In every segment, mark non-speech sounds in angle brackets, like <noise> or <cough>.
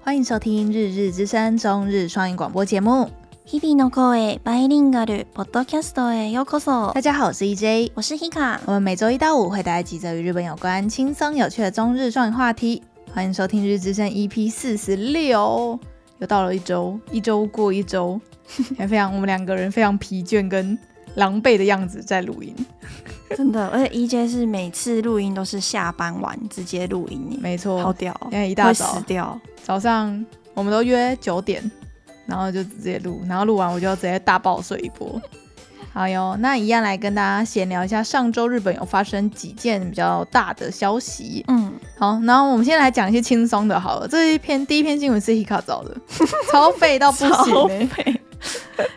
欢迎收听《日日之声》中日双语广播节目。日々の声バイリンガルポッドキャストへようこそ大。家好，我是 EJ，我是 Hika，我们每周一到五会带来几则与日本有关、轻松有趣的中日双语话题。欢迎收听《日日之声》EP 四十六，又到了一周，一周过一周， <laughs> 还非常我们两个人非常疲倦跟狼狈的样子在录音。真的，而且 EJ 是每次录音都是下班晚直接录音耶，没错，好屌哦，因为一大会早死掉。早上我们都约九点，然后就直接录，然后录完我就要直接大爆睡一波。 <laughs> 好哟，那一样来跟大家闲聊一下上周日本有发生几件比较大的消息。嗯，好，然后我们先来讲一些轻松的好了。这一篇第一篇新闻是 Hika 找的， <laughs> 超废到不行、欸。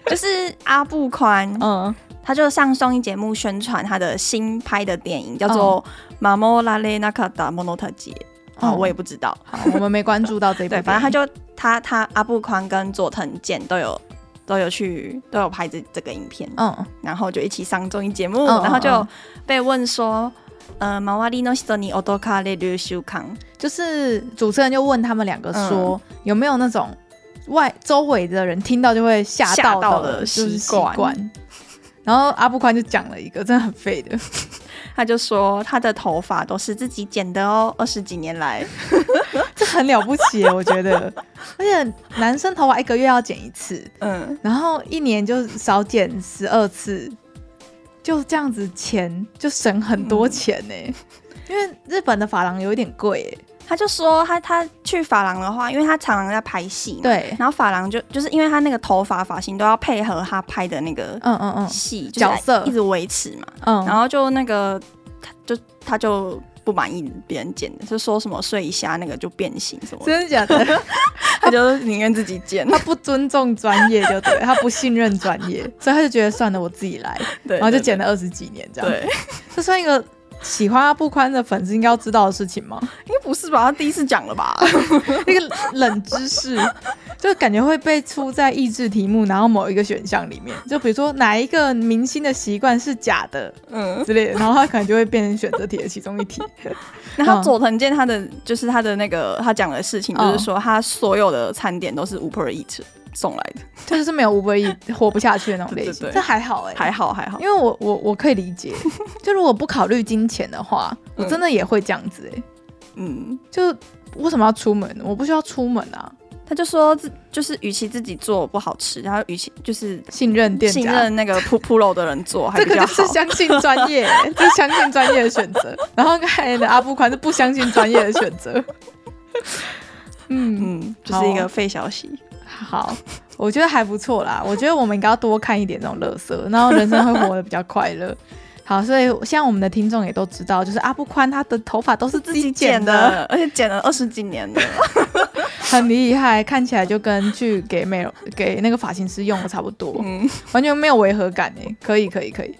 就是阿布 <laughs> 宽，嗯，他就上综艺节目宣传他的新拍的电影，叫做《马莫拉雷纳卡达莫诺特杰》。啊，嗯我也不知道。好，我们没关注到这一部电对，影。反正他就他他阿布宽跟佐藤健都有都有去都有拍这这个影片。嗯然后就一起上综艺节目，嗯然后嗯就被问说，呃，周りの人に驚かれる習慣，就是主持人就问他们两个说、嗯有没有那种外周围的人听到就会吓吓到到的的就是习习惯惯。然后阿布宽就讲了一个真的很废的， <laughs> 他就说他的头发都是自己剪的哦，二十几年来，这很了不 <laughs> 起耶，我觉得。而且男生头发一个月要剪一次，嗯，然后一年就少剪十二次，就这样子钱就省很多钱呢、嗯因为日本的发廊有一点贵耶，他就说他他去发廊的话，因为他常常在拍戏，，对，然后发廊就就是因为他那个头发发型都要配合他拍的那个嗯嗯嗯戏、就是角色一直维持嘛，嗯，然后就那个他就他就。不满意别人剪的，就说什么睡一下那个就变形什么的，真的假的？他就宁愿自己剪。他不尊重专业，就对，他不信任专业， <laughs> 所以他就觉得算了，我自己来，对，然后就对剪了二十几年这样。对，这算一个喜欢阿布宽的粉丝应该要知道的事情 <laughs> 吗？ <laughs> 应该不是吧？他第一次讲了 <laughs> 吧？那个冷知识，就感觉会被出在益智题目，然后某一个选项里面，就比如说哪一个明星的习惯是假的嗯，之类的，然后他可能就会变成选择题的其中一 <laughs> 题。然后佐藤健他的就是他的那个他讲的事情，就是说他所有的餐点都是 Uber Eat 送来的，他就是没有无本以活不下去的那种类型，对对对这还好哎、还好还好因。为我我我可以理 <laughs> 解，就如果不考虑金钱的话，我嗯真的也会这样子哎、嗯，就为什么要出门？我不需要出门啊！他就说自就是与其自己做不好吃，然后与其就是信任店家，信任那个 p u p u r o 的人做还这比个较就好是。相信专业，欸这是相信专业的选择。然后刚才的阿布宽是不相信专业的选 <laughs> 择。嗯，嗯，就是一个废消息。好，我觉得还不错啦。我觉得我们应该要多看一点这种乐色，然后人生会活得比较快乐。 <laughs> 好，所以像我们的听众也都知道，就是阿布宽他的头发都是自己剪的，，而且剪了二十几年的。很厉害，看起来就跟去给美 <laughs> 容给那个发型师用的差不多。嗯，完全没有违和感诶，可以可以可以。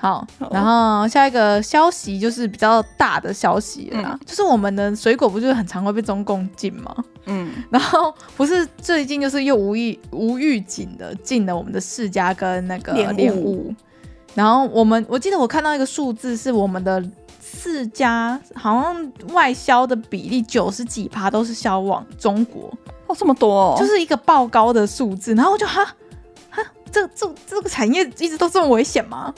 好好，然后下一个消息就是比较大的消息了啦，就是我们的水果不就是很常会被中共禁吗？嗯， <laughs> 然后不是最近就是又无意无预警的进了我们的世家跟那个莲雾莲雾，然后我们我记得我看到一个数字是我们的世家好像外销的比例九十几趴都是销往中国，哦，这么多、哦，就是一个爆高的数字，然后我就哈哈，这这这个产业一直都这么危险 <laughs> 吗？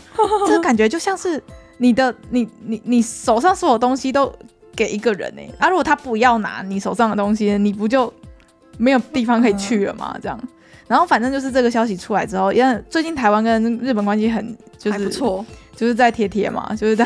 这个感觉就像是你的你你你手上所有东西都给一个人呢、啊，如果他不要拿你手上的东西，你不就没有地方可以去了嗯吗？这样。然后反正就是这个消息出来之后，因为最近台湾跟日本关系很就是还不错。就是在贴贴嘛，就是在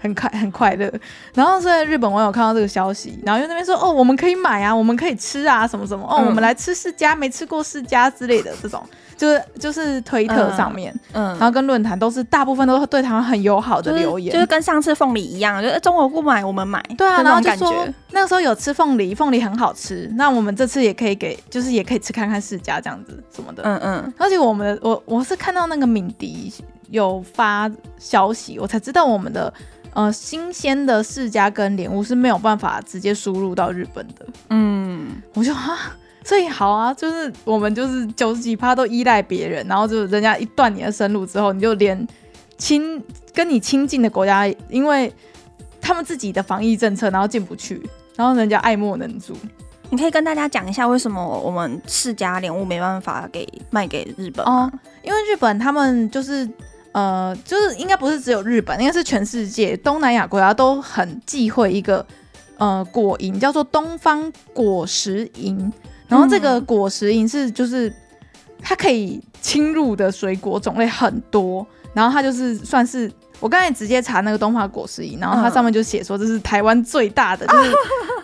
很快很快乐。然后所以日本网友看到这个消息，然后就那边说哦，我们可以买啊，我们可以吃啊，什么什么哦，嗯我们来吃世家，没吃过世家之类的这种，就是就是推特上面，嗯然，后跟论坛都是大部分都是对台湾很友好的就是留言。就是跟上次凤梨一样，就是哎中国不买我们买，对啊，就然那后种就感说觉，那个时候有吃凤梨，凤梨很好吃，那我们这次也可以给，就是也可以吃看看世家这样子什么的。嗯嗯，而且我们的我我是看到那个敏迪有发消息，我才知道我们的呃新鲜的世家跟莲雾是没有办法直接输入到日本的。嗯，我就啊，所以好啊，就是我们就是九十几趴都依赖别人，然后就是人家一断你的生路之后，你就连亲跟你亲近的国家，因为他们自己的防疫政策，然后进不去，然后人家爱莫能助。你可以跟大家讲一下为什么我们世家莲雾没办法给卖给日本哦吗？，因为日本他们就是呃，就是应该不是只有日本，应该是全世界东南亚国家都很忌讳一个呃果蝇，叫做东方果实蝇。然后这个嗯果实蝇是就是它可以侵入的水果种类很多，然后它就是算是。我刚才直接查那个东方果实蝇，然后它嗯上面就写说这是台湾最大的，就是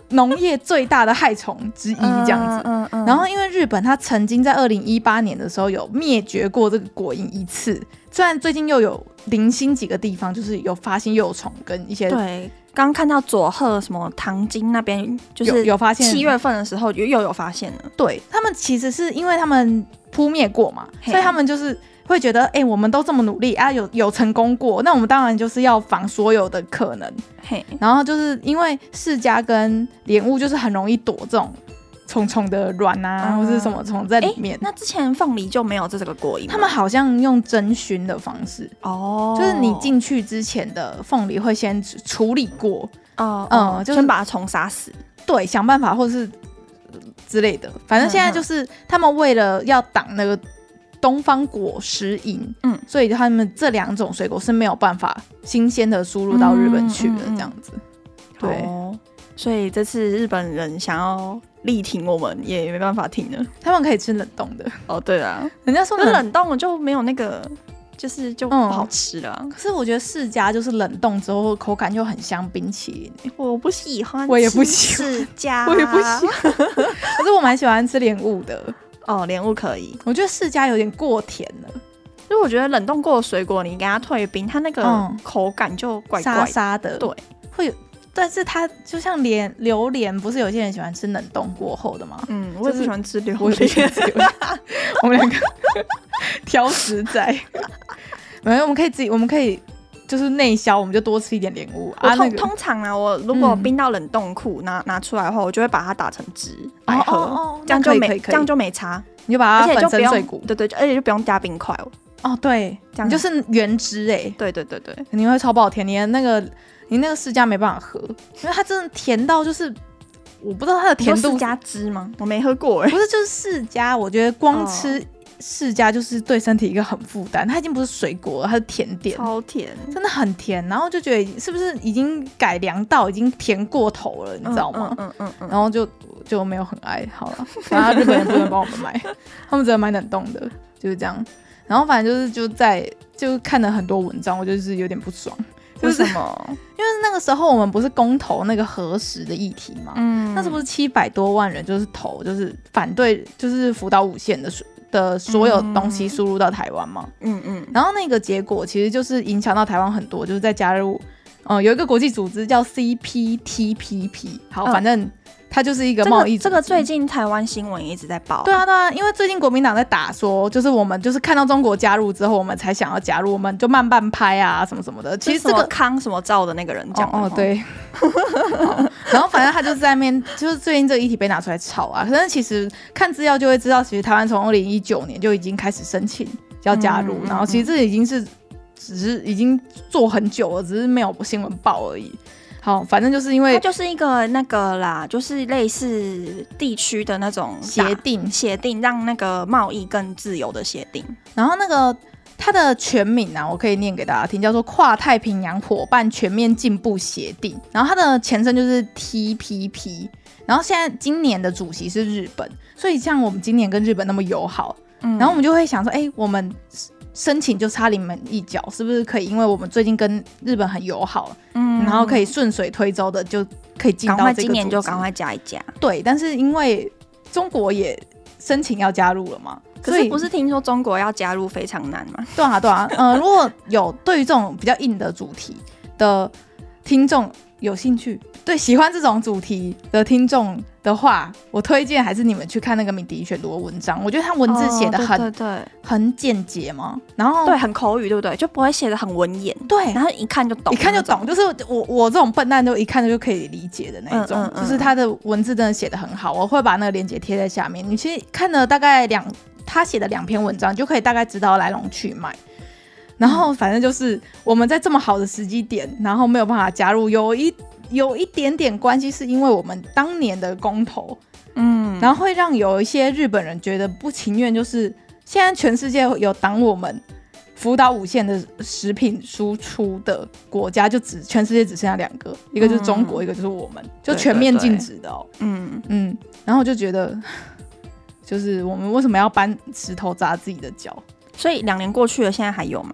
农业最大的害虫之一，这样子。嗯嗯然后，因为日本它曾经在二零一八年的时候有灭绝过这个果蝇一次，虽然最近又有零星几个地方就是有发现幼虫跟一些对，刚看到佐贺什么唐津那边，就有是有发现七月份的时候又又有发现了。对他们其实是因为他们扑灭过嘛，嘿所以他们就是会觉得，哎、我们都这么努力啊，有有成功过，那我们当然就是要防所有的可能。嘿，然后就是因为世家跟莲雾就是很容易躲这种虫虫的卵啊，嗯或是什么虫在哎里面。那之前凤梨就没有这个果蝇吗，他们好像用真熏的方式，哦，就是你进去之前的凤梨会先处理过，哦嗯哦就是先把虫杀死。对，想办法或是呃之类的。反正现在就是他们为了要挡那个东方果实蝇，嗯嗯，所以他们这两种水果是没有办法新鲜的输入到日本去的，嗯嗯嗯这样子。对哦，所以这次日本人想要力挺我们，也没办法挺了。他们可以吃冷冻的，哦，对啊，人家说 <laughs> 可是冷，冷冻就没有那个，就是就不嗯好吃了啊、可是我觉得世家就是冷冻之后口感就很像冰淇淋，我不喜欢，我也不喜欢世家， <laughs> 我也不喜欢。可是我蛮喜欢吃莲雾的，哦，莲雾可以，我觉得世家有点过甜了。因为我觉得冷冻过的水果，你给它退冰，它那个嗯口感就怪怪沙的。沙的，对，会有。但是它就像莲榴莲，不是有些人喜欢吃冷冻过后的吗？ <laughs> 嗯，我就也不是喜欢吃榴我也不喜欢莲。吃榴莲，我们两个挑食仔。 <laughs> 没有，我们可以自己，我们可以就是内销，我们就多吃一点莲雾 <laughs> 我啊。那通个通常啊，我如果嗯冰到冷冻库拿拿出来的话，我就会把它打成汁来哦喝，哦哦这样那可就以可没以可以这样就没差，你就把而它且粉就不身碎用骨。对对，而且就不用加冰块哦。哦，对，这样你就是原汁哎、对对对对，肯定会超爆甜。你的那个你那个释迦没办法喝，因为它真的甜到就是我不知道它的甜你说度释迦汁吗？我没喝过哎、不是，就是释迦，我觉得光哦吃释迦就是对身体一个很负担。它已经不是水果了，它是甜点，超甜，真的很甜。然后就觉得是不是已经改良到已经甜过头了，你知道吗？嗯嗯嗯嗯嗯，然后就就没有很爱好了。然后日本人不能帮我们买， <laughs> 他们只能买冷冻的，就是这样。然后反正就是就在就看了很多文章，我就是有点不爽，就为是什因为么？那个时候我们不是公投那个核实的议题嘛，嗯那是不是七百多万人就是投，就是反对，就是福岛五县的所的所有东西输入到台湾吗？嗯嗯然后那个结果其实就是影响到台湾很多，就是在加入，呃，有一个国际组织叫 CPTPP，好，嗯反正它就是一个这贸易组织个这个最近台湾新闻也一直在报，对啊，对啊，因为最近国民党在打说，就是我们就是看到中国加入之后，我们才想要加入，我们就慢半拍啊，什么什么的。其实是这什么个康什么照的那个人讲的哦哦吗， <laughs> 对，好然后反正他就是在面，就是最近这个议题被拿出来吵啊。可是其实看资料就会知道，其实台湾从二零一九年就已经开始申请要加入，嗯嗯然后其实这已经是只是已经做很久了，只是没有新闻报而已。好，反正就是因它为就是一个那个啦，就是类似地区的那种大协定，协定，让那个贸易更自由的协定。然后那个它的全名啊，我可以念给大家听，叫做跨太平洋伙伴全面进步协定。然后它的前身就是 TPP。然后现在今年的主席是日本，所以像我们今年跟日本那么友好，嗯然后我们就会想说，哎、我们申请就差临门一脚，是不是可以？因为我们最近跟日本很友好，嗯然后可以顺水推舟的就可以进赶到快这个今年就组织赶快加一加。对。但是因为中国也申请要加入了嘛，可所是以不是听说中国要加入非常难吗？对啊，对啊， <laughs> 呃，如果有对于这种比较硬的主题的听众有兴趣，对喜欢这种主题的听众的话，我推荐还是你们去看那个敏迪选读的文章，我觉得他文字写的哦很、对对很简洁嘛，然后对对，很口语，对不对？就不会写的很文言，对然后嗯一看就懂，一看就懂，。就是我我这种笨蛋都一看就可以理解的那一种，嗯嗯嗯就是他的文字真的写的很好，我会把那个链接贴在下面。你其实看了大概两他写的两篇文章，你就可以大概知道来龙去脉。然后反正就是我们在这么好的时机点，然后没有办法加入，有一有一点点关系，是因为我们当年的公投，嗯，然后会让有一些日本人觉得不情愿，就是现在全世界有挡我们福岛五线的食品输出的国家，就只全世界只剩下两个，一个就是中国，一个就是我们，就对全对面嗯对禁止的哦。嗯，嗯，然后我就觉得，就是我们为什么要搬石头砸自己的脚？所以两年过去了，现在还有吗？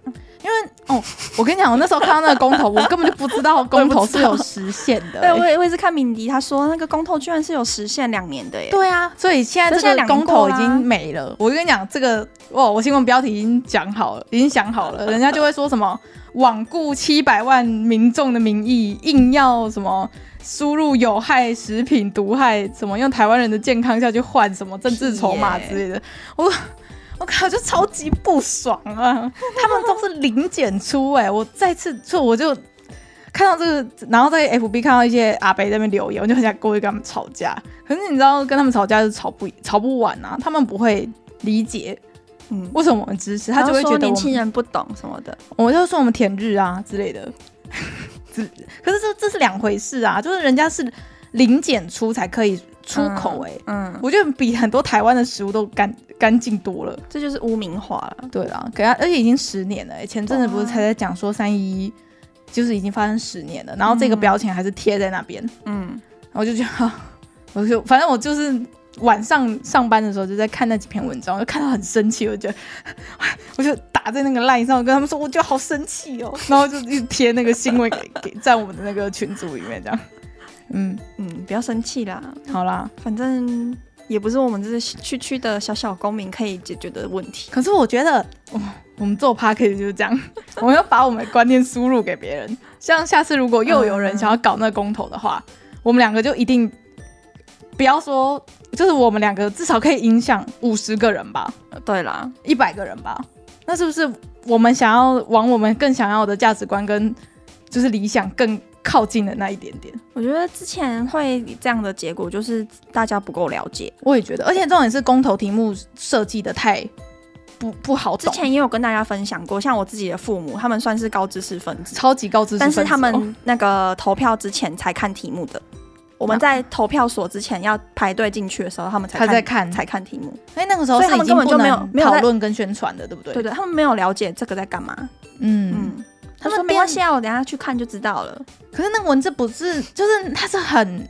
我跟你讲，我那时候看到那个公投，我根本就不知道公投是有时限的、 <laughs> 对，我欸也我也是看敏迪他说那个公投居然是有实现两年的耶。对啊，所以现在那现这个在两啊公年投过已啦经没了。我跟你讲，这个哦，我新闻标题已经讲好了，已经想好 <laughs> 了，人家就会说什么罔顾七百万民众的民意，硬要什么输入有害食品、毒害，什么用台湾人的健康下去换什么政治筹码之类的，我。我靠，就超级不爽啊！他们都是零检出哎、我再次就我就看到这个，然后在 FB 看到一些阿北在那边留言，我就很想过去跟他们吵架。可是你知道，跟他们吵架是吵不吵不完啊，他们不会理解嗯，为什么我们支持，他就会然觉后说得年我轻们，人不懂什么的。 <laughs> 我就说我们舔日啊之类的。只可是这这是两回事啊，就是人家是零检出才可以出口哎、嗯，嗯我觉得比很多台湾的食物都干干净多了。这就是污名化了。对啦，给他，而且已经十年了欸、前阵子不是才在讲说三一一，就是已经发生十年了，然后这个标签还是贴在那边，嗯，然后我就觉得， <laughs> 我就反正我就是晚上上班的时候就在看那几篇文章，我就看到很生气，我就觉得， <laughs> 我就打在那个 line 上，我跟他们说，我觉得好生气哦，然后就一直贴那个新闻给给在我们的那个群组里面这样，嗯，嗯，不要生气啦，好啦，反正也不是我们这些区区的小小公民可以解决的问题。可是我觉得，我我们做 p a c k a g e 就是这样， <laughs> 我们要把我们的观念输入给别人。像下次如果又有人想要搞那个公投的话，我们两个就一定不要说，就是我们两个至少可以影响五十个人吧，呃对啦，一百个人吧。那是不是我们想要往我们更想要的价值观跟就是理想更靠近的那一点点？我觉得之前会这样的结果就是大家不够了解。我也觉得，而且重点是公投题目设计的太不不好之懂，前也有跟大家分享过，像我自己的父母，他们算是高知识分子，超级 <laughs> 高知识分但子哦，是他们那个投票之前才看题目的。我们在投票所之前要排队进去的时候，他们才他看在看才看题目。所以那个时候所是以他已们经根本不就没有能没有讨在论跟宣传的，对不对？对对，他们没有了解这个在干嘛。嗯。嗯，他他们说没关系啊，我等一下去看就知道了。可是那文字不是，就是它是很，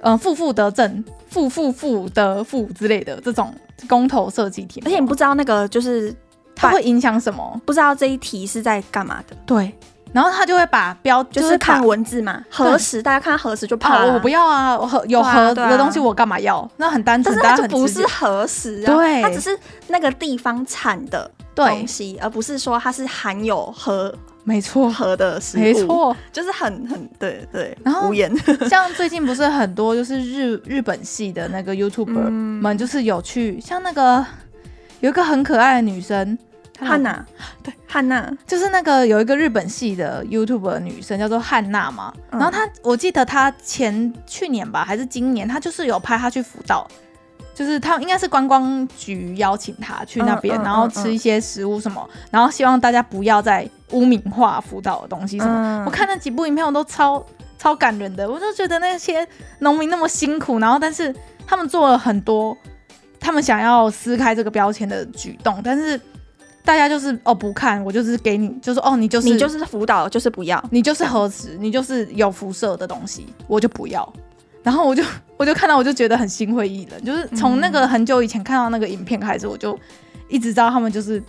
呃，负负得正，负负负得负之类的这种公投设计题目，而且你不知道那个就是它会影响什么？不知道这一题是在干嘛的，对，然后他就会把标就是把哦看文字嘛，核实大家看到核实就怕啊，了、我不要啊，我核有对啊核对啊的东西我干嘛要？那很单纯，但是大家它就很不直是接核实啊，对它只是那个地方产的对东，西，而不是说它是含有核没错，核的食物，没，错。就是很很对对，然后无言， <laughs> 像最近不是很多就是日日本系的那个 YouTuber 嗯们，就是有去像那个有一个很可爱的女生，她汉娜，对汉娜，就是那个有一个日本系的 YouTube 女生叫做汉娜嘛，嗯然后她我记得她前去年吧还是今年，她就是有拍她去福岛，就是她应该是观光局邀请她去那边，嗯嗯然后吃一些食物什么，然后希望大家不要再污名化福岛的东西什么。嗯我看那几部影片我都超超感人的，我就觉得那些农民那么辛苦，然后但是他们做了很多他们想要撕开这个标签的举动，但是大家就是哦不看，我就是给你，就是哦你就是你就是辅导，就是不要，你就是核实，你就是有辐射的东西，我就不要。然后我就 <laughs> 我就看到我就觉得很心灰意冷，就是从那个很久以前看到那个影片开始，我就一直知道他们就是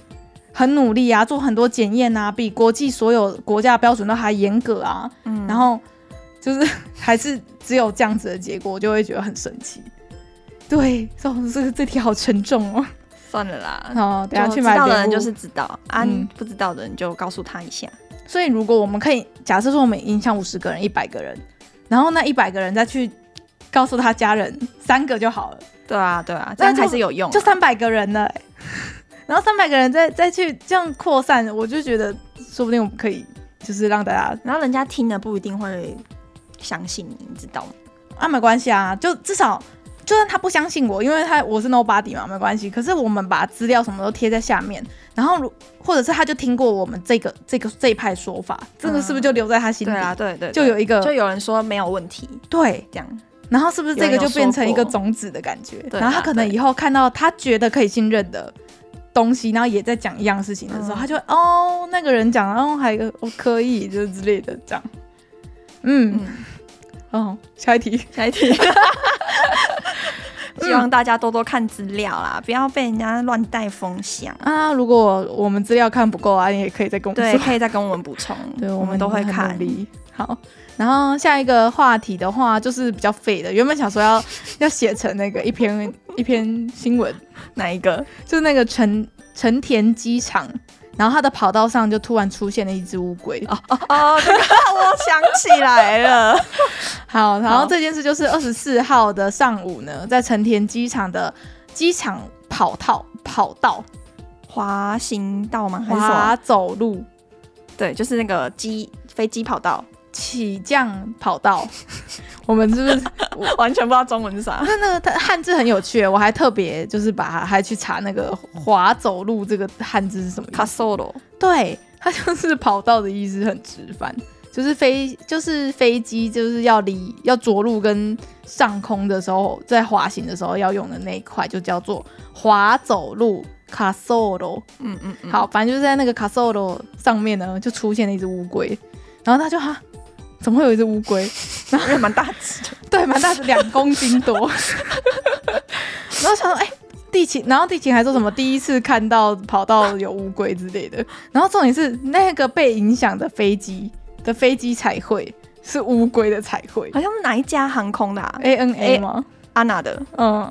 很努力啊，做很多检验啊，比国际所有国家的标准都还严格啊，嗯然后就是还是只有这样子的结果，我就会觉得很神奇。对， <laughs> 这这个这题好沉重哦。算了啦。哦，等一下就去知买道礼的人物就是知道啊，嗯你不知道的人就告诉他一下。所以如果我们可以假设说我们影响五十个人、一百个人，然后那一百个人再去告诉他家人三个就好了，对啊，对啊，这那样就还是有用啊。就三百个人了欸、然后三百个人再再去这样扩散，我就觉得说不定我们可以就是让大家然后人家听了不一定会相信你，你知道吗？啊没关系啊，就至少就算他不相信我，因为他我是 nobody 嘛，没关系。可是我们把资料什么都贴在下面，然后如或者是他就听过我们这个这个这一派说法，这个是不是就留在他心里？对啊，对对对就有一个就有人说没有问题，对，这 <laughs> 样然后是不是这个有人有就变成一个说过种子的感觉？对啊然后他可能对以后看到他觉得可以信任的东西，然后也在讲一样事情的时候，嗯他就哦，那个人讲，哦，还有哦可以，就是之类的这样。嗯，嗯，哦，下一题，下一题。希望大家多多看资料啦，不要被人家乱带风向。啊，如果我们资料看不够啊，你也可以再跟我们 <laughs> 对，说。可以再跟我们补充，对，我们们都会很看努。力。好，然后下一个话题的话，就是比较废的。原本想说要 <laughs> 要写成那个一篇一篇新闻，哪一个？就是那个成成田机场，然后它的跑道上就突然出现了一只乌龟。哦， <laughs> 哦，这个 <laughs> 我想起来了。好，然后好这件事就是二十四号的上午呢，在成田机场的机场跑道跑道滑行道吗？还是什滑么？走路对，就是那个机飞机跑道，起降跑道， <laughs> 我们是不是？ <laughs> 完全不知道中文是啥。那那个它汉字很有趣，我还特别就是把它还去查那个“滑走路”这个汉字是什么意卡思？索罗，对，它就是跑道的意思，很直翻，就是飞就是飞机就是要离要着陆跟上空的时候，在滑行的时候要用的那一块就叫做滑走路。卡索罗，嗯嗯嗯，好，反正就是在那个卡索罗上面呢，就出现了一只乌龟，然后他就哈，怎么会有一只乌龟？嗯因为蛮大只的。 <laughs> 对，蛮大的，两公斤多。 <laughs> 然后想说，哎、地勤，然后地勤还说什么第一次看到跑道有乌龟之类的。然后重点是那个被影响的飞机的飞机彩绘是乌龟的彩 <laughs> 绘好像是哪一家航空的啊？ ，A N A 哎吗？安娜的，嗯，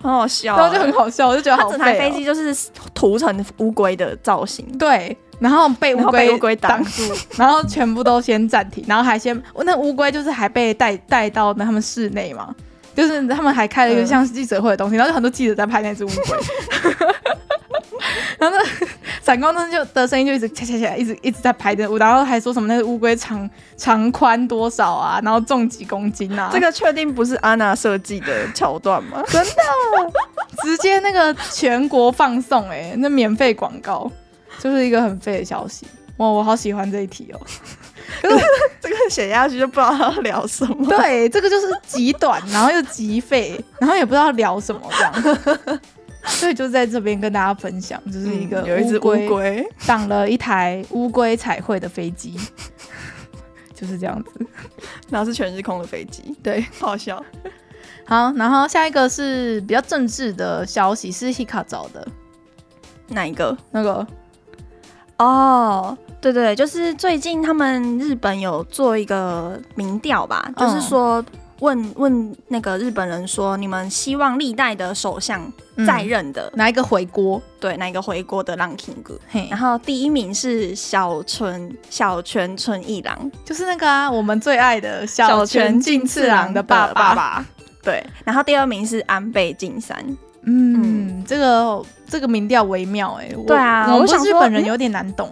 很好笑然欸。后就很好笑，我就觉得它好整台废、飞哦。机就是涂成乌龟的造型，对，然后被然乌后被乌龟龟挡住，然后全部都先暂停，然后还先那乌龟就是还被带带到那他们室内嘛，就是他们还开了一个嗯像记者会的东西，然后就很多记者在拍那只乌龟， <laughs> 然后那闪光灯就的声音就一直恰恰恰一直一直在拍着乌，然后还说什么那个乌龟长长宽多少啊，然后重几公斤啊，这个确定不是安娜设计的桥段吗？真的直接那个全国放送哎、那免费广告就是一个很废的消息，哇，我好喜欢这一题哦。 <laughs> 这个写下去就不知道要聊什 <laughs> 么。对，这个就是极短，然后又极废，然后也不知道聊什么这样。所以就在这边跟大家分享，就是一个、嗯有一只乌龟，挡了一台乌龟彩绘的飞机， <laughs> 就是这样子。然后是全日空的飞机，对，好笑。好，然后下一个是比较政治的消息，是 Hika 找的哪一个？那个哦，对对，就是最近他们日本有做一个民调吧，嗯就是说问问那个日本人说，你们希望历代的首相在、任的、嗯、拿一个回锅，对哪一个回国的 ranking？嘿然，后第一名是小泉小泉纯一郎，就是那个啊，我们最爱的小泉进次郎的爸爸。爸爸。对，然后第二名是安倍晋三，嗯，这个这个民调微妙哎、我对啊我我们想日说本人嗯有点难懂。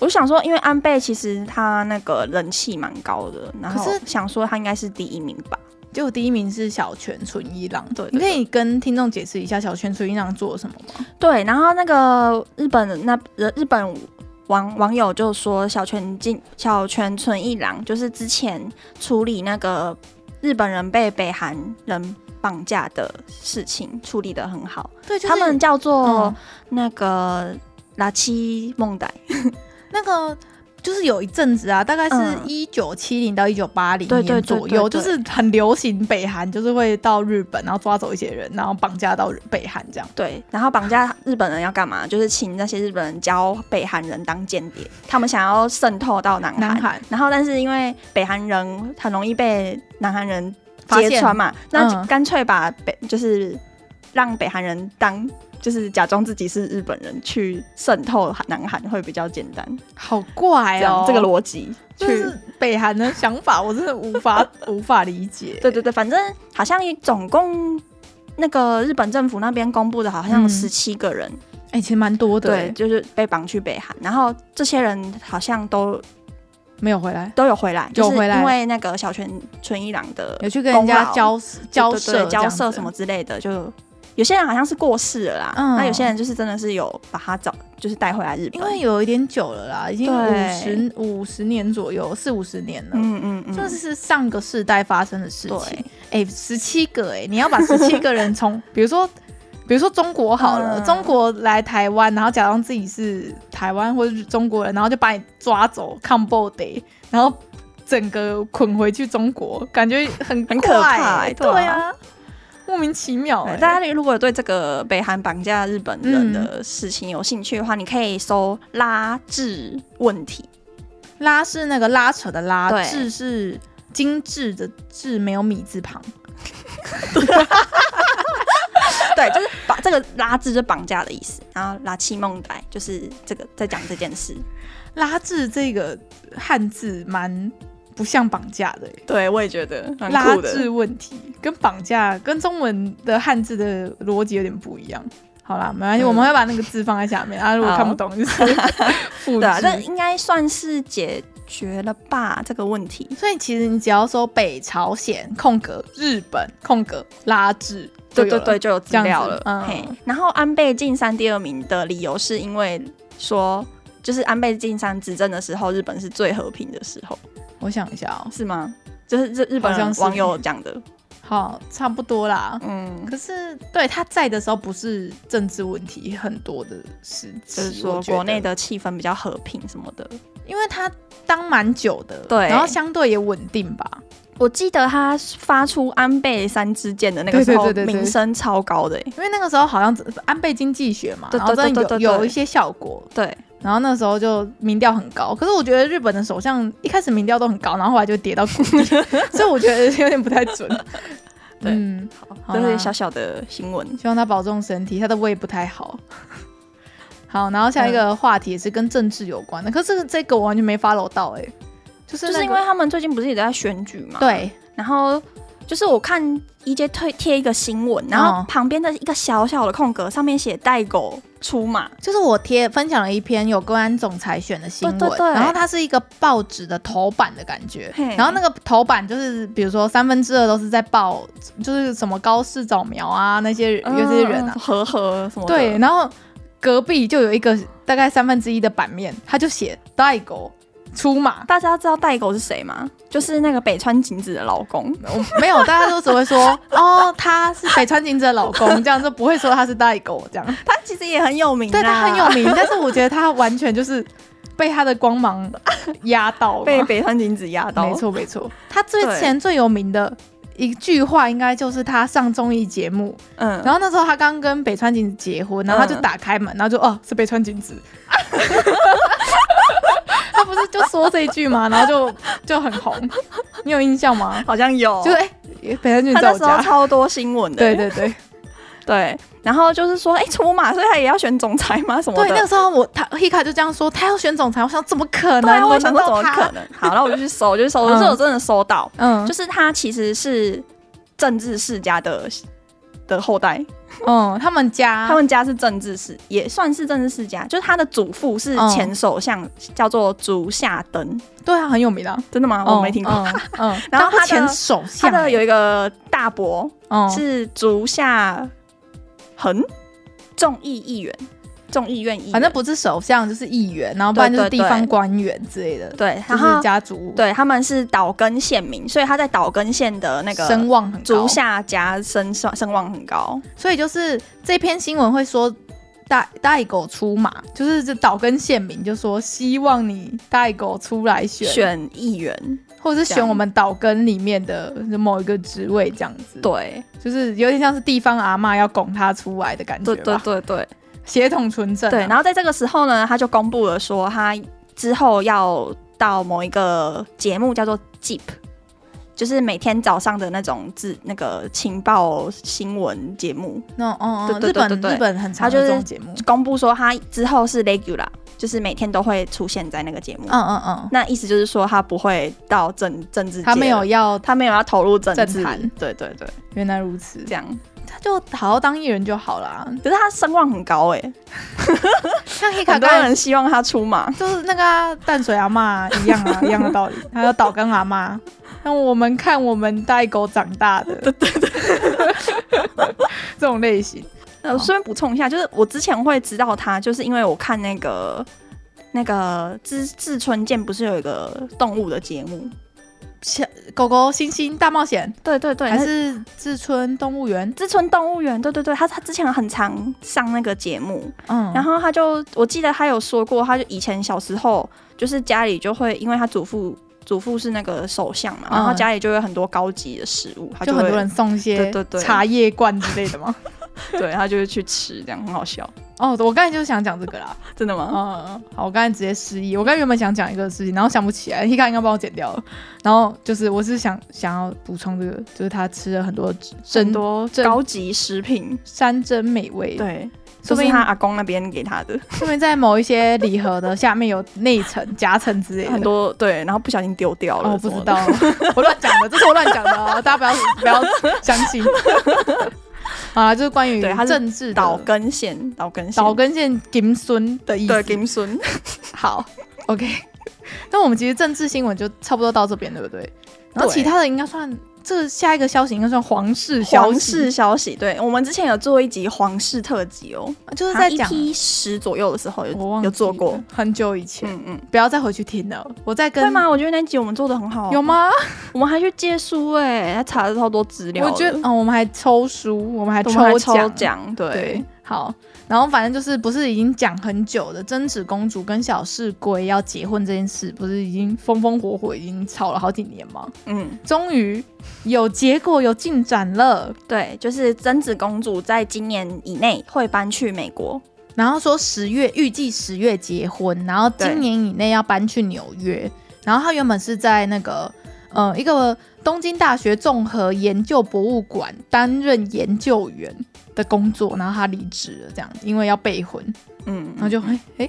我想说，因为安倍其实他那个人气蛮高的，然后可是想说他应该是第一名吧。就第一名是小泉纯一郎，对对你可以跟听众解释一下小泉纯一郎做了什么吗？对，然后那个日本的那日日本网网友就说小泉进小泉纯一郎就是之前处理那个日本人被北韩人绑架的事情处理的很好，对，就是他们叫做嗯那个拉七梦代，那个。就是有一阵子啊，大概是嗯一九七零到一九八零对对年对左对右，对就是很流行北韩，就是会到日本，然后抓走一些人，然后绑架到北韩这样。对，然后绑架日本人要干嘛？就是请那些日本人教北韩人当间谍，他们想要渗透到南韩。南韩然后，但是因为北韩人很容易被南韩人发揭现穿嘛，嗯那干脆把北、就是让北韩人当就是假装自己是日本人去渗透南韩会比较简单，好怪这样、哦，这个逻辑就去是北韩的想法，我真的无法 <laughs> 无法理解。对对对，反正好像总共那个日本政府那边公布的，好像嗯十七个人，哎、其实蛮多的、对，欸，就是被绑去北韩，然后这些人好像都没有回来，都有回来，有就是回来因为那个小泉纯一郎的有去跟人功家劳交交对对涉对交这样涉子什么之类的，就有些人好像是过世了啦，嗯那有些人就是真的是有把他找，就是带回来日本，因为有一点久了啦，已经五对十五十年左右，四五十年了。嗯嗯嗯，这是上个世代发生的事情对。哎，十七个哎、你要把十七个人从，比如说，比如说中国好了，嗯中国来台湾，然后假装自己是台湾或者是中国人，然后就把你抓走 c o m b o d y 然后整个捆回去中国，感觉很很可怪怕欸欸对对啊，莫名其妙哎、对，家大家如果对这个北韩绑架日本人嗯的事情有兴趣的话，你可以搜拉致问题，拉是那个拉扯的拉，对致是精致的致，没有米字旁。对，就是把这个拉致就是绑架的意思，然后拉七梦代就是这个在讲这件事。拉致这个汉字蛮不像绑架的、欸。对，我也觉得蛮拉酷的致。问题跟绑架跟中文的汉字的逻辑有点不一样。好啦，没关系，嗯我们会把那个字放在下面 <laughs> 啊。如果好看不懂就是复对啊，这制。应该算是解决了吧这个问题。所以其实你只要说北朝鲜空格日本空格拉致，就有对对了对，，就有资料了。这样子嗯嘿，然后安倍晋三第二名的理由是因为说，就是安倍晋三执政的时候，日本是最和平的时候，我想一下哦，是吗？就是日日本好像人是网友讲的。好，差不多啦。嗯，可是对他在的时候，不是政治问题很多的时期，就是我说觉得国内的气氛比较和平什么的。因为他当蛮久的，对然后相对也稳定吧。我记得他发出安倍三支箭的那个时候，对对对对对名声超高的、欸。因为那个时候好像安倍经济学嘛，对然后真的有对对对对有一些效果，对，然后那时候就民调很高。可是我觉得日本的首相一开始民调都很高，然后后来就跌到谷 <laughs> 底，所以我觉得有点不太准。对嗯，好这啦是小小的新闻。希望他保重身体，他的胃不太好。 <laughs> 好，然后下一个话题也是跟政治有关嗯的，可是这个这个我完全没 follow 到哎、就是、就那个、是因为他们最近不是也在选举嘛？。对然后就是我看一杰推贴一个新闻，然后哦旁边的一个小小的空格上面写带狗出马，就是我贴分享了一篇有公安总裁选的新闻，对对对然后它是一个报纸的头版的感觉嘿，然后那个头版就是比如说三分之二都是在报，就是什么高市早苗啊那些有这些人啊，嗯和和什么的对，，然后隔壁就有一个大概三分之一的版面，他就写带狗出马，大家知道带狗是谁吗？就是那个北川景子的老公。我 <laughs> 没有，大家都只会 <laughs> 说哦他是北川景子的老公，这样就不会说他是带狗这 <laughs> 样，他其实也很有名对啊啦，他很有名，但是我觉得他完全就是。被他的光芒压到了，被北川景子压到，没错没错，他之前最有名的一句话应该就是他上综艺节目，嗯，然后那时候他刚跟北川景子结婚，然后他就打开门，然后就哦是北川景子， <laughs> 他不是就说这一句嘛，然后就就很红，你有印象吗？好像有，就是哎、北川景他子在那我时候家，超多新闻的，对对对对，然后就是说，哎、出马，所以他也要选总裁吗？什么 <laughs> 对，那的个。时候我他 Hika 就这样说，他要选总裁，我想怎么可对啊，能我轮想得说怎到么可他？ <laughs> 能？好，然后我就去搜，我就去搜，嗯这我真的搜到，嗯，就就是他其实是政治世家的的后代，嗯，他们家他们家是政治世，也算是政治世家，就是他的祖父是嗯前首相，叫做竹下登，对啊很有名啊，真的吗？我没听过。嗯，嗯 <laughs> 嗯然后他他的前首他相的欸有一个大伯嗯是竹下恒，众议议员，众议院议员，反正不是首相就是议员，然后不然就是对对地方官员之类的，对，就然是后家族对他们是岛根县民，所以他在岛根县的那个声望很高竹，下家声声望很高。所以就是这篇新闻会说。带带狗出马，就是这岛根县民就说希望你带狗出来选，选议员，或者是这选样我们岛根里面的某一个职位这样子，，对就是有点像是地方阿嬷要拱他出来的感觉对吧，对对对协同纯正、啊，对。然后在这个时候呢，他就公布了说，他之后要到某一个节目叫做 Jeep，就是每天早上的那种自那个情报新闻节目，那哦哦，对对日对本对对日本很常他就有是这种节目，公布说他之后是 regular，就是每天都会出现在那个节目。嗯嗯嗯，那意思就是说，他不会到政政治界了，他没有要，他没有要投入政政治坛，对对对，原来如此，这样他他就好好当艺人就好啦。可是他声望很高哎、欸，像黑卡很多刚人希望他出马。就是那个啊、淡水阿妈一样 <laughs> 啊，一样的道理，还有岛根阿妈，让我们看我们带狗长大 <laughs> 的，对对对， <laughs> 这种类型。呃，顺便补充一下，就是我之前会知道他，就是因为我看那个那个志志村健不是有一个动物的节目？小狗狗星星大冒险，对对对，还那是志村动物园？志村动物园？对对对，他他之前很常上那个节目，嗯，然后他就我记得他有说过，他就以前小时候就是家里就会，因为他祖父祖父是那个首相嘛，嗯然后家里就有很多高级的食物，他就会很多人送一些对对对茶叶罐之类的 <laughs> 嘛。对他就会去吃，这样很好笑，哦，我刚才就是想讲这个啦。真的吗？嗯，好，我刚才直接失忆。我刚才原本想讲一个事情，然后想不起来，你看应该帮我剪掉了。然后就是我是想想要补充这个，就是他吃了很多真很多真高级食品，山珍美味，，对，说不说不定定他阿公那边给他的说明在某一些礼盒的下面有内层、夹层之类的。很多，对，然后不小心丢掉了，哦，我不知道，，我乱讲的，这是我乱讲的哦，大家不要不要相信。 <laughs> 好啦，就是关于对它是政治的岛根县，岛根县，岛根县金孙的意思。对金 <laughs> 孙，好，OK。那 <laughs> 我们其实政治新闻就差不多到这边，对不对？然后对其他的应该算，这下一个消息应该算皇室消皇息，室消息，对我们之前有做一集皇室特辑哦，就是好在像讲 EP 十左右的时候我忘记有有做过了，很久以前，嗯嗯。不要再回去听了。我在跟会吗？我觉得那集我们做的很好，有？吗？我们还去借书哎、还查了超多资料的。我觉得，嗯，我们还抽书，我们还我们还抽奖，奖，对，对，好。然后反正就是不是已经讲很久的贞子公主跟小士龟要结婚这件事，不是已经风风火火已经吵了好几年吗？嗯，终于有结果有进展了。对，就是贞子公主在今年以内会搬去美国，然后说十月预计十月结婚，然后今年以内要搬去纽约。然后他原本是在那个呃一个东京大学综合研究博物馆担任研究员的工作，然后他离职了，这样因为要备婚，嗯，然后就哎哎，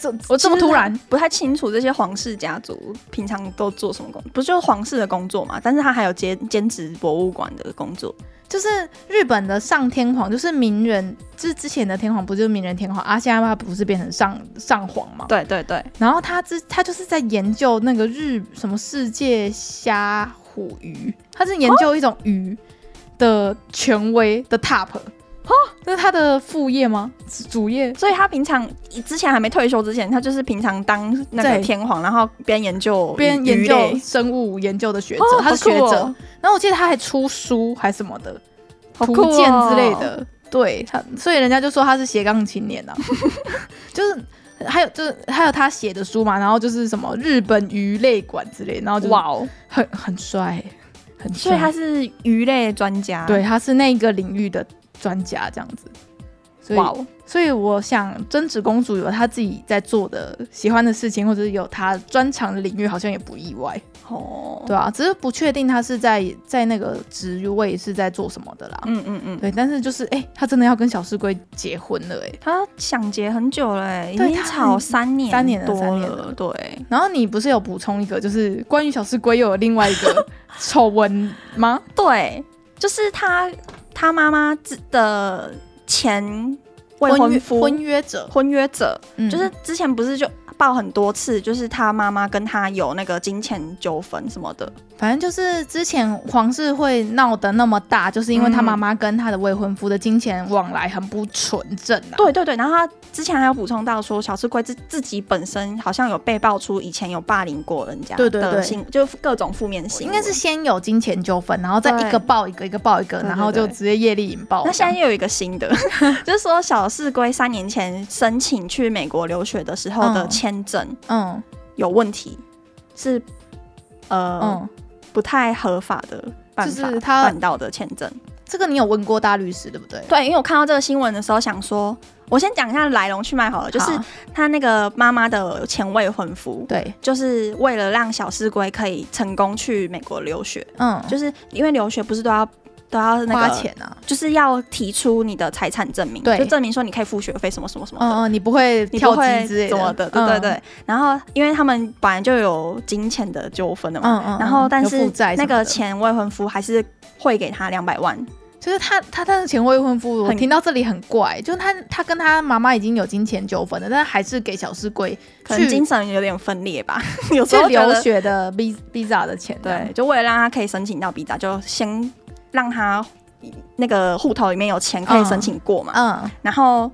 这我哦这么其实突然，不太清楚这些皇室家族平常都做什么工，不是就是皇室的工作嘛？但是他还有兼兼职博物馆的工作，就是日本的上天皇，就是明仁，就是之前的天皇不就是明仁天皇啊？现在他不是变成上上皇嘛？对对对，然后他之他就是在研究那个日什么世界虾虎鱼，他是研究一种鱼的权威的 top，这是他的副业吗？主主业？所以他平常之前还没退休之前，他就是平常当那对个天皇，然后边研究边鱼研鱼究类生物研究的学者，哦他是好学酷哦者。然后我记得他还出书还什么的，好图酷鉴之类哦的。对他，所以人家就说他是斜杠青年 <laughs> 啊，就是还有就是还有他写的书嘛，然后就是什么日本鱼类馆之类，然后就哇哦，很很帅，很帅。所以他是鱼类专家，对，他是那个领域的专家这样子。所以哇哦，所以我想，贞子公主有她自己在做的喜欢的事情，或者是有她专长的领域，好像也不意外，哦，对啊，只是不确定她是在在那个职位是在做什么的啦。嗯嗯嗯，对，但是就是哎、她真的要跟小狮龟结婚了哎、他想结很久了欸，已对经他吵很三年三年了多三年了对，然后你不是有补充一个，就是关于小狮龟又有另外一 <laughs> 个丑闻吗？对，就是他他妈妈之的前未婚约夫婚约者，婚约者，嗯就是之前不是就报很多次，就是他妈妈跟他有那个金钱纠纷什么的，反正就是之前皇室会闹得那么大，就是因为他妈妈跟他的未婚夫的金钱往来很不纯正啊。对对对，然后他之前还有补充到说，小赤龟自自己本身好像有被爆出以前有霸凌过人家对对的对新，就各种负面新应闻，该是。先有金钱纠纷，然后再对一个爆一个，一个爆一个，对对然后就对直接业力引爆这那样。现在又有一个新的， <laughs> 就是说小四龟三年前申请去美国留学的时候的嗯签证嗯有问题，是呃、嗯，不太合法的办法就是他办到的签证。这个你有问过大律师对不对？对，因为我看到这个新闻的时候，想说，我先讲一下来龙去脉好了。就是好他那个妈妈的前未婚夫，对，就是为了让小四龟可以成功去美国留学，嗯，就是因为留学不是都要都要那个花，钱啊。就是要提出你的财产证明，对就证明说你可以付学费什么什么什么嗯的。嗯，你不会你不跳会机之类怎么的，对对对。嗯然后，因为他们本来就有金钱的纠纷的嘛，嗯嗯，然后但有是负债什那么个的，前未婚夫还是汇给他两百万，就是他他他的前未婚夫，我很听到这里很怪，就是他他跟他妈妈已经有金钱纠纷了，但是还是给小市贵可能去精神有点分裂吧， <laughs> 有时去候觉留得学的 vis- visa 的钱，对，，就为了让他可以申请到 B 站，就先让他那个户头里面有钱可以申请过嘛。嗯，然后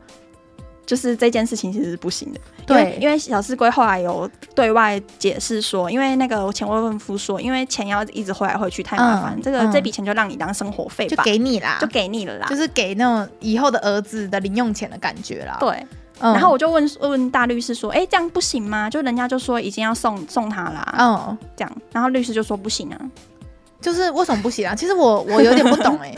就是这件事情其实是不行的，因为对，因为小四龟后来有对外解释说，因为那个前未婚夫说，因为钱要一直汇来汇去太麻烦，嗯这个、嗯这笔钱就让你当生活费就吧，给你啦，就给你了啦。就是给那种以后的儿子的零用钱的感觉啦。，对，嗯、然后我就问问大律师说，哎，这样不行吗？就人家就说已经要送送他啦，嗯，这样，然后律师就说不行啊。就是为什么不行啊？其实我我有点不懂 <laughs> 哎、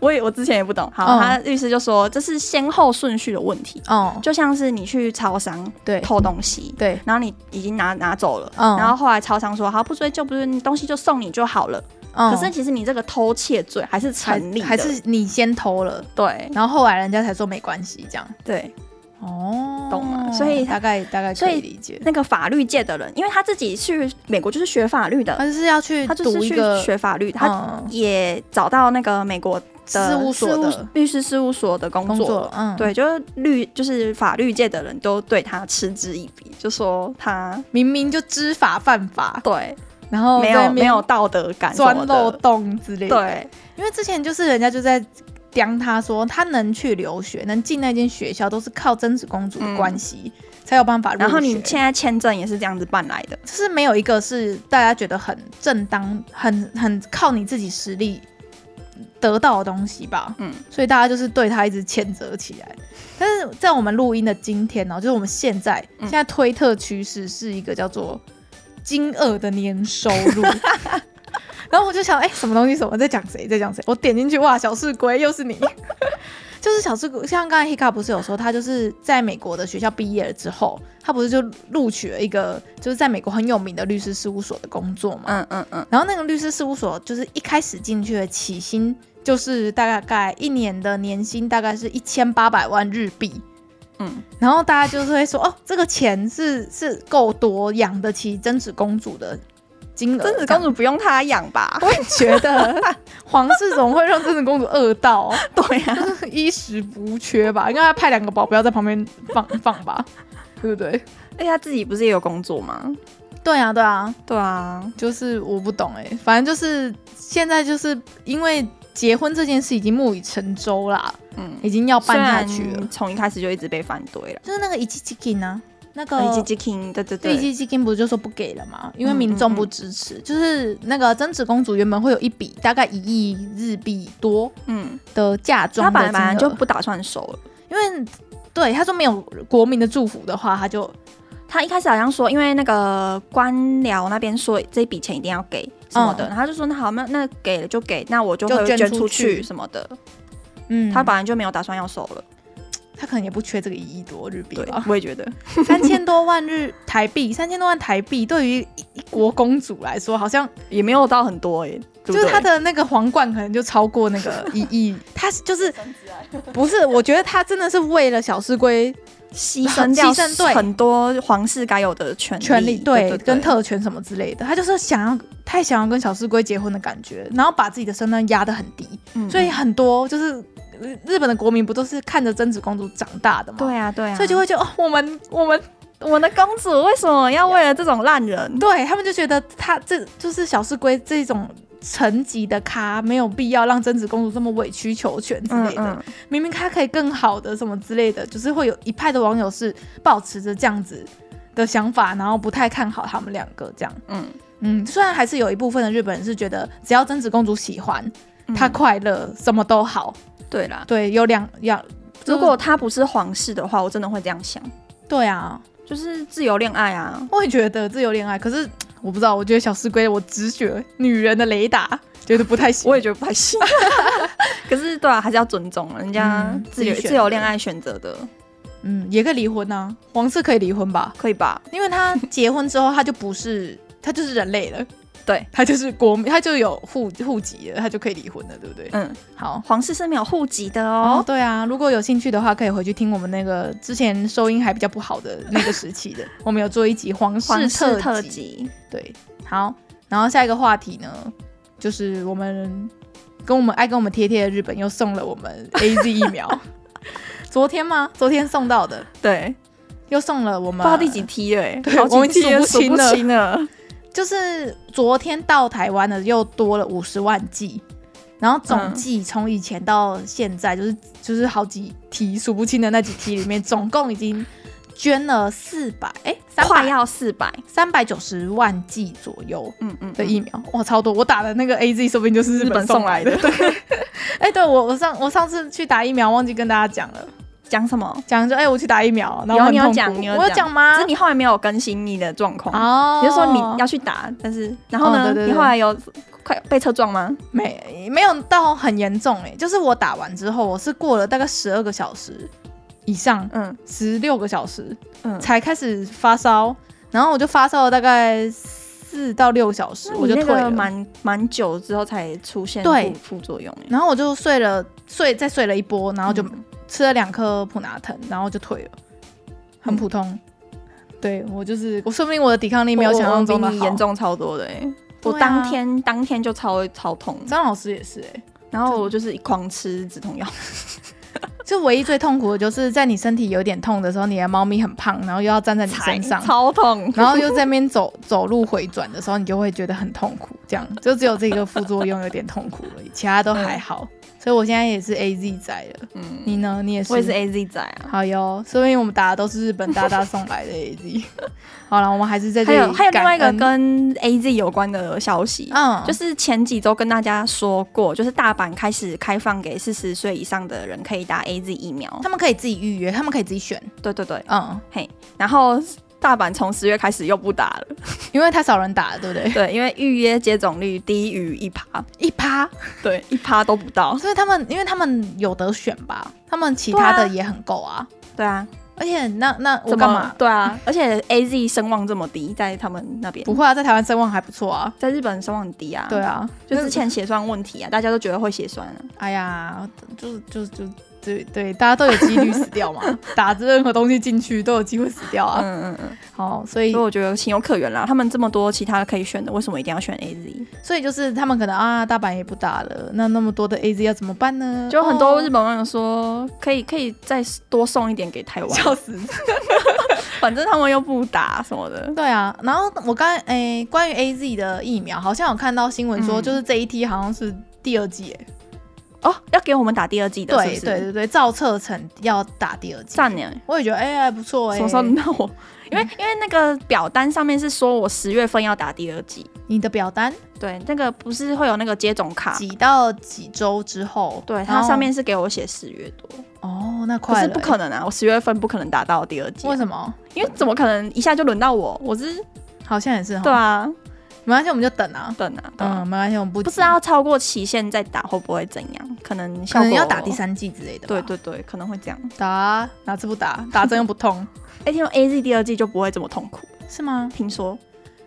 我也我之前也不懂，好，嗯他律师就说这是先后顺序的问题，哦，就像是你去超商对偷东西，对，然后你已经拿拿走了，嗯，然后后来超商说好不追究，不是东西就送你就好了。嗯可是其实你这个偷窃罪还是还成立的还是你先偷了，对然后后来人家才说没关系这样。对，哦，懂吗所以大概大概所可以以理解，那个法律界的人，因为他自己去美国就是学法律的，他就是要去他就是读一去个学法律的，他嗯也找到那个美国的事务所的律师事务所的工工作。作，嗯，，对，就是律，就是法律界的人都对他嗤之以鼻，就说他明明就知法犯法，啊哦对然后没在有那边没有道德感什么钻漏的，洞之类的。对因为之前就是人家就在刁他说，他能去留学，能进那间学校，都是靠贞子公主的关系、才有办法入学。嗯然后你现在签证也是这样子办来的，就是没有一个是大家觉得很正当、很很靠你自己实力得到的东西吧。嗯，所以大家就是对他一直谴责起来。但是在我们录音的今天哦呢、就是我们现在、嗯现在推特趋势是一个叫做金额的年收入。 <laughs> 然后我就想，哎、什么东西？什么在讲谁？在讲谁？我点进去，哇，小四龟又是你， <laughs> 就是小四龟。像刚才 Hika 不是有说，他就是在美国的学校毕业了之后，他不是就录取了一个就是在美国很有名的律师事务所的工作嘛？嗯嗯嗯，然后那个律师事务所就是一开始进去的起薪就是大概一年的年薪大概是一千八百万日币，嗯，然后大家就是会说哦，这个钱是是够多养得起贞子公主的金额。贞子公主不用他养吧？这样，我也觉得 <laughs> 皇室总会让贞子公主饿到 <laughs> <laughs> 对啊呀、 <laughs> 衣食不缺吧，应该派两个保镖在旁边放放吧，对不对？而且他自己不是也有工作吗？对啊，对啊，对啊，就是我不懂哎、反正就是现在就是因为结婚这件事已经木已成舟啦，嗯，已经要虽办下然去了。从一开始就一直被反对了。就是那个一季基金呢，那个以及 j k i n 对对对一对，季基金不是就说不给了嘛，因为嗯民众嗯不支持。就是那个贞子公主原本会有一笔大概一亿日币多嗯，的嫁妆的他金本来本来额就不打算收了。因为对他说没有国民的祝福的话，他就他一开始好像说，因为那个官僚那边说这笔钱一定要给什么的，然后他就说那好，那那给了就给，那我嗯就就会捐捐出出去去什么的。嗯，他本来就没有打算要收了，他可能也不缺这个一亿多日币对啊吧。，我也觉得，三千多万日台币，三千多万台币对于一一国公主来说，好像也没有到很多哎、对不就是对她的那个皇冠可能就超过那个一亿。她就是不是？我觉得她真的是为了小市龟牺牲掉牺牲对很多皇室该有的权利权利对对跟特权什么之类的，她就是想要太想要跟小市龟结婚的感觉，然后把自己的身段压得很低，嗯所以很多就是呃日本的国民不都是看着贞子公主长大的嘛？对啊对啊，所以就会觉得哦，我们我们我们的公主为什么要为了这种烂 <laughs> 人？对他们就觉得他这就是小市龟这种层级的咖，没有必要让贞子公主这么委曲求全之类的。嗯嗯明明她可以更好的什么之类的，就是会有一派的网友是保持着这样子的想法，然后不太看好他们两个这样。嗯嗯，虽然还是有一部分的日本人是觉得只要贞子公主喜欢，嗯她快乐，什么都好。对啦。对，有两两，就是如果他不是皇室的话，我真的会这样想，对啊，就是自由恋爱啊。我也觉得自由恋爱，可是我不知道，我觉得小市龟，我直觉女人的雷达觉得不太行。也觉得不太行， <laughs> 可是对啊，还是要尊重人家嗯自由、自己选择自由恋爱选择的，嗯，也可以离婚啊，皇室可以离婚吧？可以吧？因为他结婚之后，他就不是 <laughs> 他就是人类了，对，他就是国民，他就有户户籍了，他就可以离婚了，对不对？嗯，好。皇室是没有户籍的哦哦，。对啊，如果有兴趣的话，可以回去听我们那个之前收音还比较不好的那个时期 <laughs> 的，我们有做一集皇室皇特室特辑辑，对，好，然后下一个话题呢，就是我们跟我们爱跟我们贴贴的日本又送了我们 A Z 疫 <laughs> 苗，昨天吗？昨天送到的，对，又送了我不们知道第几梯了、欸，对好几我们已经梯了数不数清了清了。就是昨天到台湾的又多了五十万剂，然后总计从以前到现在，就是、就是好几题数不清的那几题里面，总共已经捐了四百哎三快百要四百，三百九十万剂左右。嗯嗯的疫苗哇，超多！我打的那个 A Z 说不定就是日本本送来来的。。对， <laughs> 哎、对我我上我上次去打疫苗，忘记跟大家讲了，讲什么？讲就哎、我去打疫苗，然后有很你有痛讲，苦你我有讲讲吗只是？你后来没有更新你的状况，啊哦你就说你要去打，但是然后哦呢对对，对你后来有快被车撞吗？没没有到很严重哎、就是我打完之后，我是过了大概十二个小时以上，嗯十六个小时嗯，才开始发烧，然后我就发烧了大概四到六小时，我就那退你那个了。蛮蛮久之后才出现对副副作用哎，然后我就睡了睡再睡了一波，然后就嗯吃了两颗普拿疼，然后就退了，很嗯普通。对我就是我，说不定我的抵抗力没有我想象中我的比你好。严重超多的哎，对啊我当天当天就超超痛，张老师也是哎、然后我就是狂吃止痛药，就唯一最痛苦的就是在你身体有点痛的时候，你的猫咪很胖，然后又要站在你 <laughs> 身上，<laughs> 超痛，然后又在那边走走路回转的时候，你就会觉得很痛苦。这样就只有这个副作用有点痛苦而已，其他都还好。 <laughs> 所以我现在也是 A Z 仔了。嗯，你呢？你也是？我也是 A Z 仔啊。好哟，说明我们打的都是日本大大送来的 A Z。好 <laughs> 了，我们还是在这还里有还有另外一个感恩跟 A Z 有关的消息，嗯，就是是前几周跟大家说过，就是大阪开始开放给四十岁以上的人可以打 A Z 疫苗他。们可以自己预约，他们可以自己选，对对对，嗯，然后大阪从十月开始又不打了，因为太少人打了，对不对？对，因为预约接种率低于一趴， <laughs> 一趴，对，一趴都不到。哦所以他们因为他们有得选吧，他们其他的对啊也很够啊。对啊，而且那那我怎干么嘛？？对啊，而且 A Z 声望这么低，在他们那边不，会啊，在台湾声望还不错啊。在日本声望很低啊。对，啊，就之前血栓问题啊，大家都觉得会血栓啊。哎呀，就是就是就对对，大家都有几率死掉 <laughs> 嘛，打着任何东西进去都有机会死掉啊。嗯嗯嗯，好，所以所以我觉得情有可原啦。他们这么多其他可以选的，为什么一定要选 A Z？所以就是他们可能啊，大阪也不打了，那那么多的 A Z 要怎么办呢？就很哦 <laughs> 多日本网友说，可以可以再多送一点给 <laughs> 台湾，笑死。反正他们又不打什么的。对啊，然后我刚才诶、关于 A Z 的疫苗，好像有看到新闻说，嗯就是这一批好像是第二季、欸，哦，要给我们打第二季的，是不对是对，对对，照册成要打第二季。赞呢。我也觉得哎、还不错哎、什么时候轮到我？因为因为那个表单上面是说我十月份要打第二季，你的表单对，那个不是会有那个接种卡，几到几周之后？对，然它后上面是给我写十月多，哦，那可快是了、不可能啊，我十月份不可能打到第二季欸，啊、为什么？因为怎么可能一下就轮到我？我是好像也是哈。对，啊，没关系，我们就等啊。等啊，对啊嗯，没关系，我们不不知急，道超过期限再打会不会怎样，可能效可果能要打第，三季之类的吧。对对对，可能会这样。打啊哪次不打？打针又不 <laughs> 痛，哎，听说 A Z 第二季就不会这么痛苦，是吗？听说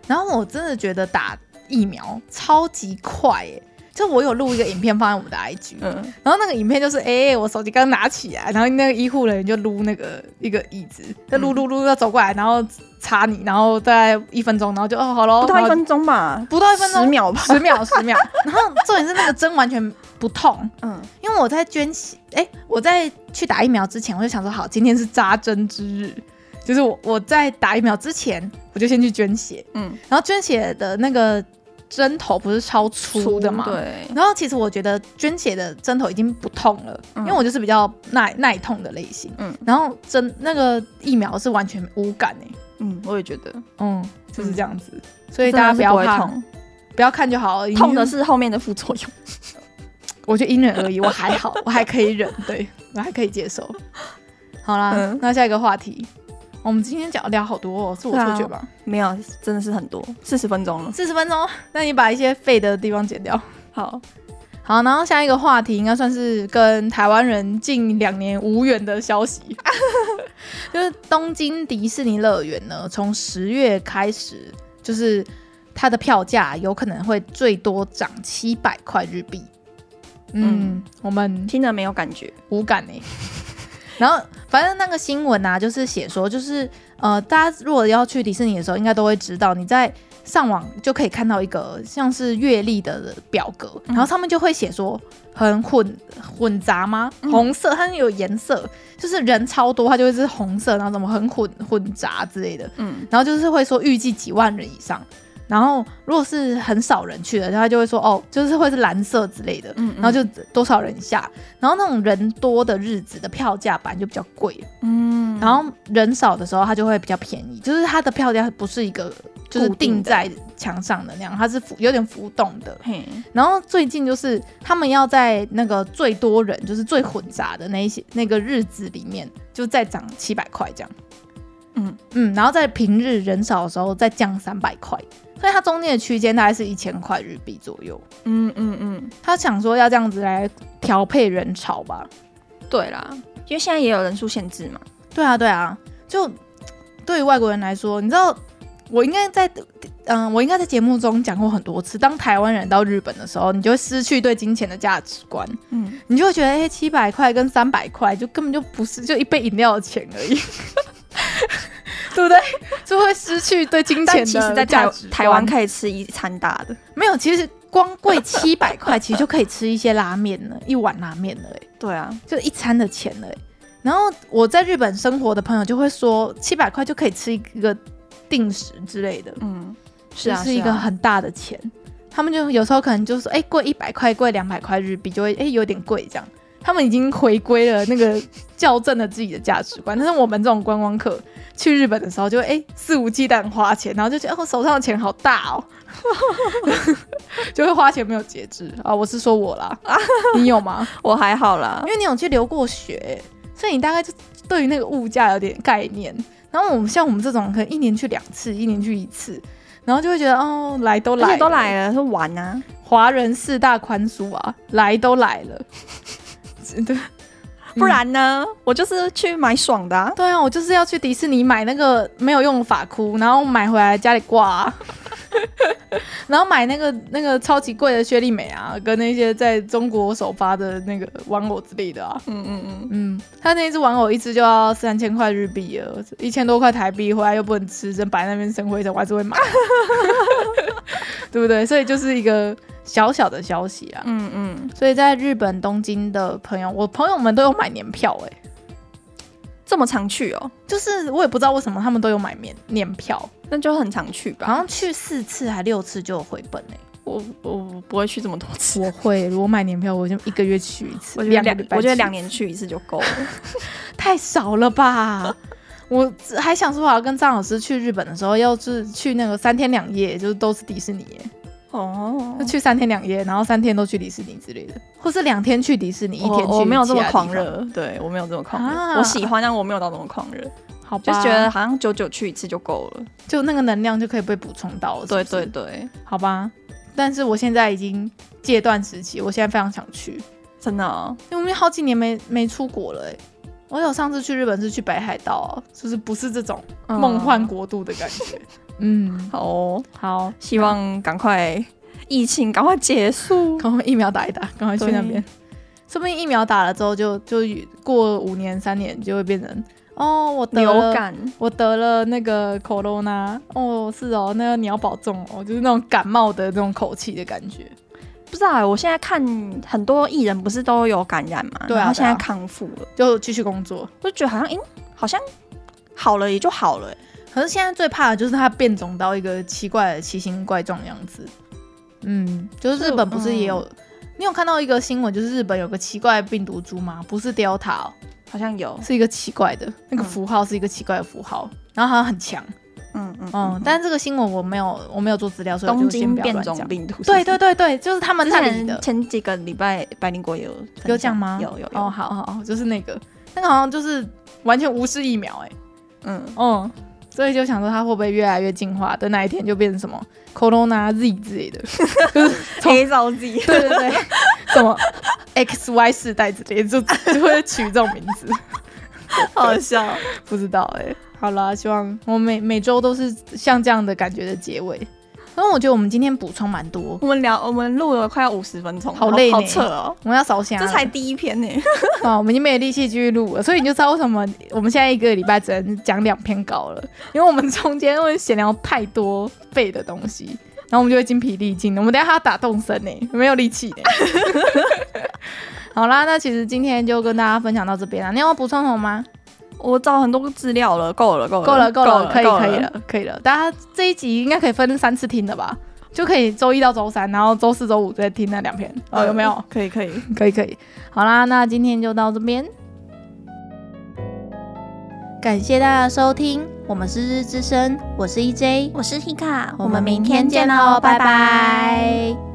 然后我真的觉得打疫苗超级快耶、就我有录一个影片放在我们的 IG，、嗯，然后那个影片就是，哎、我手机刚拿起来，然后那个医护人员就撸那个一个椅子，就撸撸撸，要走过来，然后插你，然后大概一分钟，然后就哦好咯，不到一然后分钟吧，不到一分钟十秒吧，十秒十秒，然后重点是那个针完全不痛，嗯，因为我在捐血，哎、我在去打疫苗之前，我就想说，好，今天是扎针之日，就是我我在打疫苗之前，我就先去捐血，嗯，然后捐血的那个针头不是超粗的嘛，。对，然后其实我觉得捐血的针头已经不痛了，嗯因为我就是比较耐耐痛的类型，嗯然后针那个疫苗是完全无感哎、嗯，我也觉得，嗯，就是这样子，所以大家不要真的是怕，不会不要看就好，痛，痛的是后面的副作用。 <laughs> 我觉得因人而异，我还好，我还可以忍，对 <laughs> 我还可以接受。好啦，嗯那下一个话题，我们今天讲聊好多、哦，是我错觉吧？没有，真的是很多，四十分钟了。四十、分钟，那你把一些废的地方剪掉。好，好，然后下一个话题应该算是跟台湾人近两年无缘的消息， <laughs> 就是东京迪士尼乐园呢，从十月开始，就是它的票价有可能会最多涨七百块日币。嗯嗯我们听了没有感觉？无感呢、然后反正那个新闻啊，就是写说，就是呃，大家如果要去迪士尼的时候，应该都会知道，你在上网就可以看到一个像是阅历的表格，嗯然后上面就会写说很混混杂吗？嗯红色它有颜色，就是人超多，它就会是红色，然后怎么很混混杂之类的。嗯然后就是会说预计几万人以上，然后如果是很少人去的，他就会说哦，就是会是蓝色之类的，嗯嗯然后就多少人以下，然后那种人多的日子的票价本来就比较贵，嗯，然后人少的时候它就会比较便宜，就是它的票价不是一个就是固定定的在墙上的那样，它是浮有点浮动的。嘿，然后最近就是他们要在那个最多人，就是最混杂的那一些那个日子里面，就再涨七百块这样。嗯嗯，然后在平日人少的时候再降三百块，所以它中间的区间大概是一千块日币左右。嗯嗯嗯，他想说要这样子来调配人潮吧？对啦，因为现在也有人数限制嘛，对啊，对啊，就对于外国人来说，你知道我应该在嗯、我应该在节目中讲过很多次，当台湾人到日本的时候，你就会失去对金钱的价值观。嗯，你就会觉得，哎、7七百块跟三百块就根本就不是，就一杯饮料的钱而已，对不对？就会失去对金但钱其实的在价台值观台湾可以吃一餐大的，没有，其实光贵七百块，其实就可以吃一些拉面了，一碗拉面了、哎，对啊，就一餐的钱了、哎然后我在日本生活的朋友就会说，七百块就可以吃一个定时之类的，嗯，是啊，就是一啊个很大的钱。他们就有时候可能就说，哎、贵一百块，贵两百块日币，就会哎、有点贵这样。他们已经回归了那个校正了自己的价值观，但是我们这种观光客去日本的时候就会，哎、肆无忌惮花钱，然后就觉得哦手上的钱好大 <laughs> 哦， <laughs> 就会花钱没有节制啊。我是说我啦，你有吗？我还好啦因，为你有去留过学，所以你大概就对于那个物价有点概念。然后我们像我们这种，可能一年去两次，一年去一次，然后就会觉得哦，来都而来且了，都来了，是玩啊，华人四大宽恕啊，来都来了， <laughs> 真的。不然呢，我就是去买爽的、啊，对啊，我就是要去迪士尼买那个没有用的发箍，然后买回来家里挂、 <laughs> 啊，然后买那个那个超级贵的薛丽美啊，跟那些在中国首发的那个玩偶之类的啊，嗯嗯嗯，嗯，他那一只玩偶一只就要三千块日币了，一千多块台币，回来又不能吃，真摆在那边生灰尘，我还是会买，对不对？所以就是一个小小的消息啊。嗯嗯， <laughs> 所以在日本东京的朋友，我朋友们都有买年票、欸，这么常去哦，就是我也不知道为什么他们都有买年年票，那就很常去吧。好像去四次还六次就有回本哎、我我不会去这么多次，我会，我买年票，我就一个月去一次，我觉得两个礼，拜我觉得去两年去一次就够了。太少了 <laughs> 吧？我还想说，我要跟张老师去日本的时候，要是去那个三天两夜，就是都是迪士尼耶， <laughs> 哦就，去三天两夜，然后三天都去迪士尼之类的，或是两天去迪士尼，一天去我我没有这么其他地方狂，热，对我没有这么狂热，啊我喜欢，但我没有到那么狂热，好吧？就觉得好像久久去一次就够了。就那个能量就可以被补充到了，是不对是对，对，好吧。但是我现在已经戒断时期，我现在非常想去，真的哦、因为我们好几年没没出国了、欸。我有上次去日本是去北海道、啊，就是不是这种嗯梦幻国度的感 <laughs> 觉。嗯，好哦，好，希望赶快疫情赶快结 <laughs> 束。赶快疫苗打一打，赶快去那边。说不定疫苗打了之后就，就过五年三年就会变成哦，我得流了，感，我得了那个 corona，哦是哦，那你要保重哦，就是那种感冒的那种口气的感觉。不知道欸、我现在看很多艺人不是都有感染嘛，对啊然后现在对啊康复了，就继续工作。我就觉得好像，哎、好像好了也就好了欸、可是现在最怕的就是它变种到一个奇怪的奇形怪状的样子。嗯，就是日本不是也嗯有？你有看到一个新闻，就是日本有个奇怪的病毒株吗？不是 Delta，、哦、好像有，是一个奇怪的，那个嗯符号是一个奇怪的符号，然后好像很强。嗯嗯嗯，但这个新闻我没有，我没有做资料，所以我东就先京不要变乱种讲。病毒，对对，对对，就是他们之那里前的前几个礼拜百灵果有分享有讲吗？有有有，哦，好好好，就是那个那个好像就是完全无视疫苗、欸，哎，嗯，嗯，所以就想说它会不会越来越进化，等哪一天就变成什么 Corona Z 之类的，就是从黑皂剂， <laughs> 对对对，什么 X Y 世代之类的，就就会取这种名字，好笑。欸不知道哎、好啦，希望我每每周都是像这样的感觉的结尾。因为我觉得我们今天补充蛮多，我们聊，我们录了快要五十分钟，好累呢好扯哦。我们要烧香了，<laughs> 这才第一篇呢，啊，我们已经没有力气继续录了，所以你就知道为什么我们现在一个礼拜只能讲两篇稿了，因为我们中间会闲聊太多废的东西，然后我们就会精疲力尽。我们等一下还要打动身呢、没有力气呢、欸 <laughs> 好啦，那其实今天就跟大家分享到这边了。你要补充什么吗？ <laughs> 我找很多资料了，够了，够了，够呃了，够了，可以，够可以了，可以了。大家这一集应该可以分三次听的吧？就可以周一到周三，然后周四周五再听那两篇，哦，有没有？？可以，可以。可以可以，好啦，那今天就到这边，感谢大家的收听，我们是日之声，我是 E EJ，我是 Hika，哦我们明天见喽拜拜